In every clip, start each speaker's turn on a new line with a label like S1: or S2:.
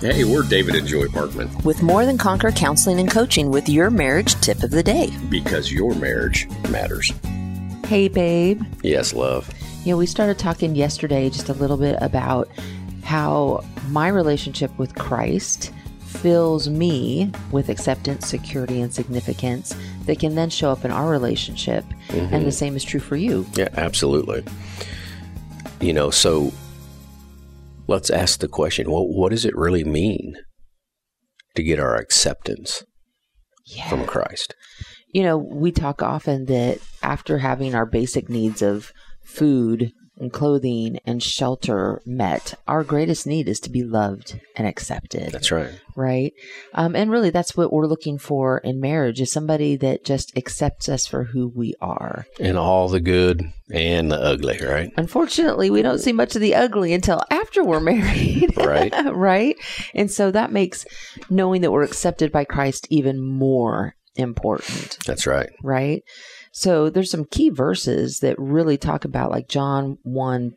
S1: Hey, we're David and Joy Parkman
S2: with More Than Conquer Counseling and Coaching with your marriage tip of the day.
S1: because your marriage matters.
S3: Hey, babe.
S1: Yes, love.
S3: You know, we started talking yesterday just a little bit about how my relationship with Christ fills me with acceptance, security, and significance that can then show up in our relationship. And the same is true for you.
S1: Yeah, absolutely. You know, so let's ask the question well, what does it really mean to get our acceptance
S3: Yeah.
S1: from Christ?
S3: you know, we talk often that after having our basic needs of food and clothing and shelter met, our greatest need is to be loved and accepted,
S1: That's right.
S3: right? Um, and really, that's what we're looking for in marriage is somebody that just accepts us for who we are.
S1: And all the good and the ugly, right?
S3: Unfortunately, we don't see much of the ugly until after we're married.
S1: Right.
S3: right? And so that makes knowing that we're accepted by Christ even more important.
S1: That's right.
S3: right? So there's some key verses that really talk about like John 1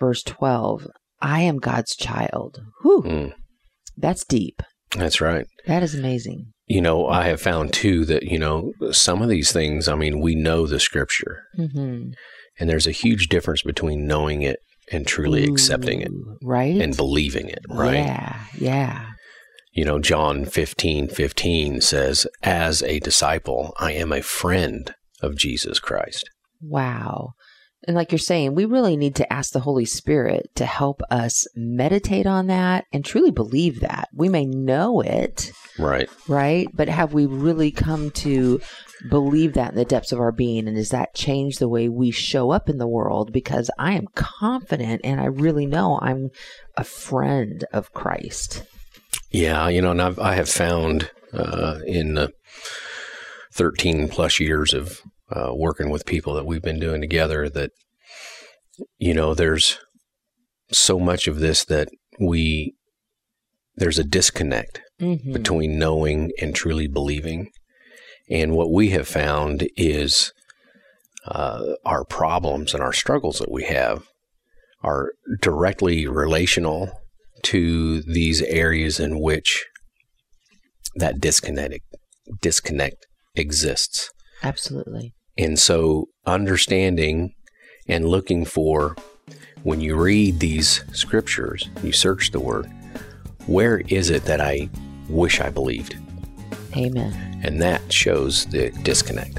S3: verse 12, I am God's child. Whew.
S1: Mm.
S3: That's deep.
S1: That's right.
S3: That is amazing.
S1: You know, I have found too that, you know, some of these things, I mean, we know the scripture,
S3: Mhm.
S1: and there's a huge difference between knowing it and
S3: Mm.
S1: truly accepting it
S3: Ooh, Right?
S1: and believing it, right?
S3: Yeah. Yeah.
S1: You know, John 15 15 says, As a disciple, I am a friend of Jesus Christ.
S3: Wow. And like you're saying, we really need to ask the Holy Spirit to help us meditate on that and truly believe that. We may know it,
S1: Right.
S3: right? But have we really come to believe that in the depths of our being? And does that change the way we show up in the world? Because I am confident and I really know I'm a friend of Christ.
S1: Yeah. You know, and I've, I have found uh, in the 13 plus years of uh, working with people that we've been doing together that, you know, there's so much of this that we, there's a disconnect
S3: Mm-hmm.
S1: between knowing and truly believing. And what we have found is uh, our problems and our struggles that we have are directly relational to these areas in which that disconnect disconnect exists.
S3: Absolutely.
S1: And so understanding and looking for when you read these scriptures, you search the word, where is it that I wish I believed?
S3: Amen.
S1: and that shows the disconnect.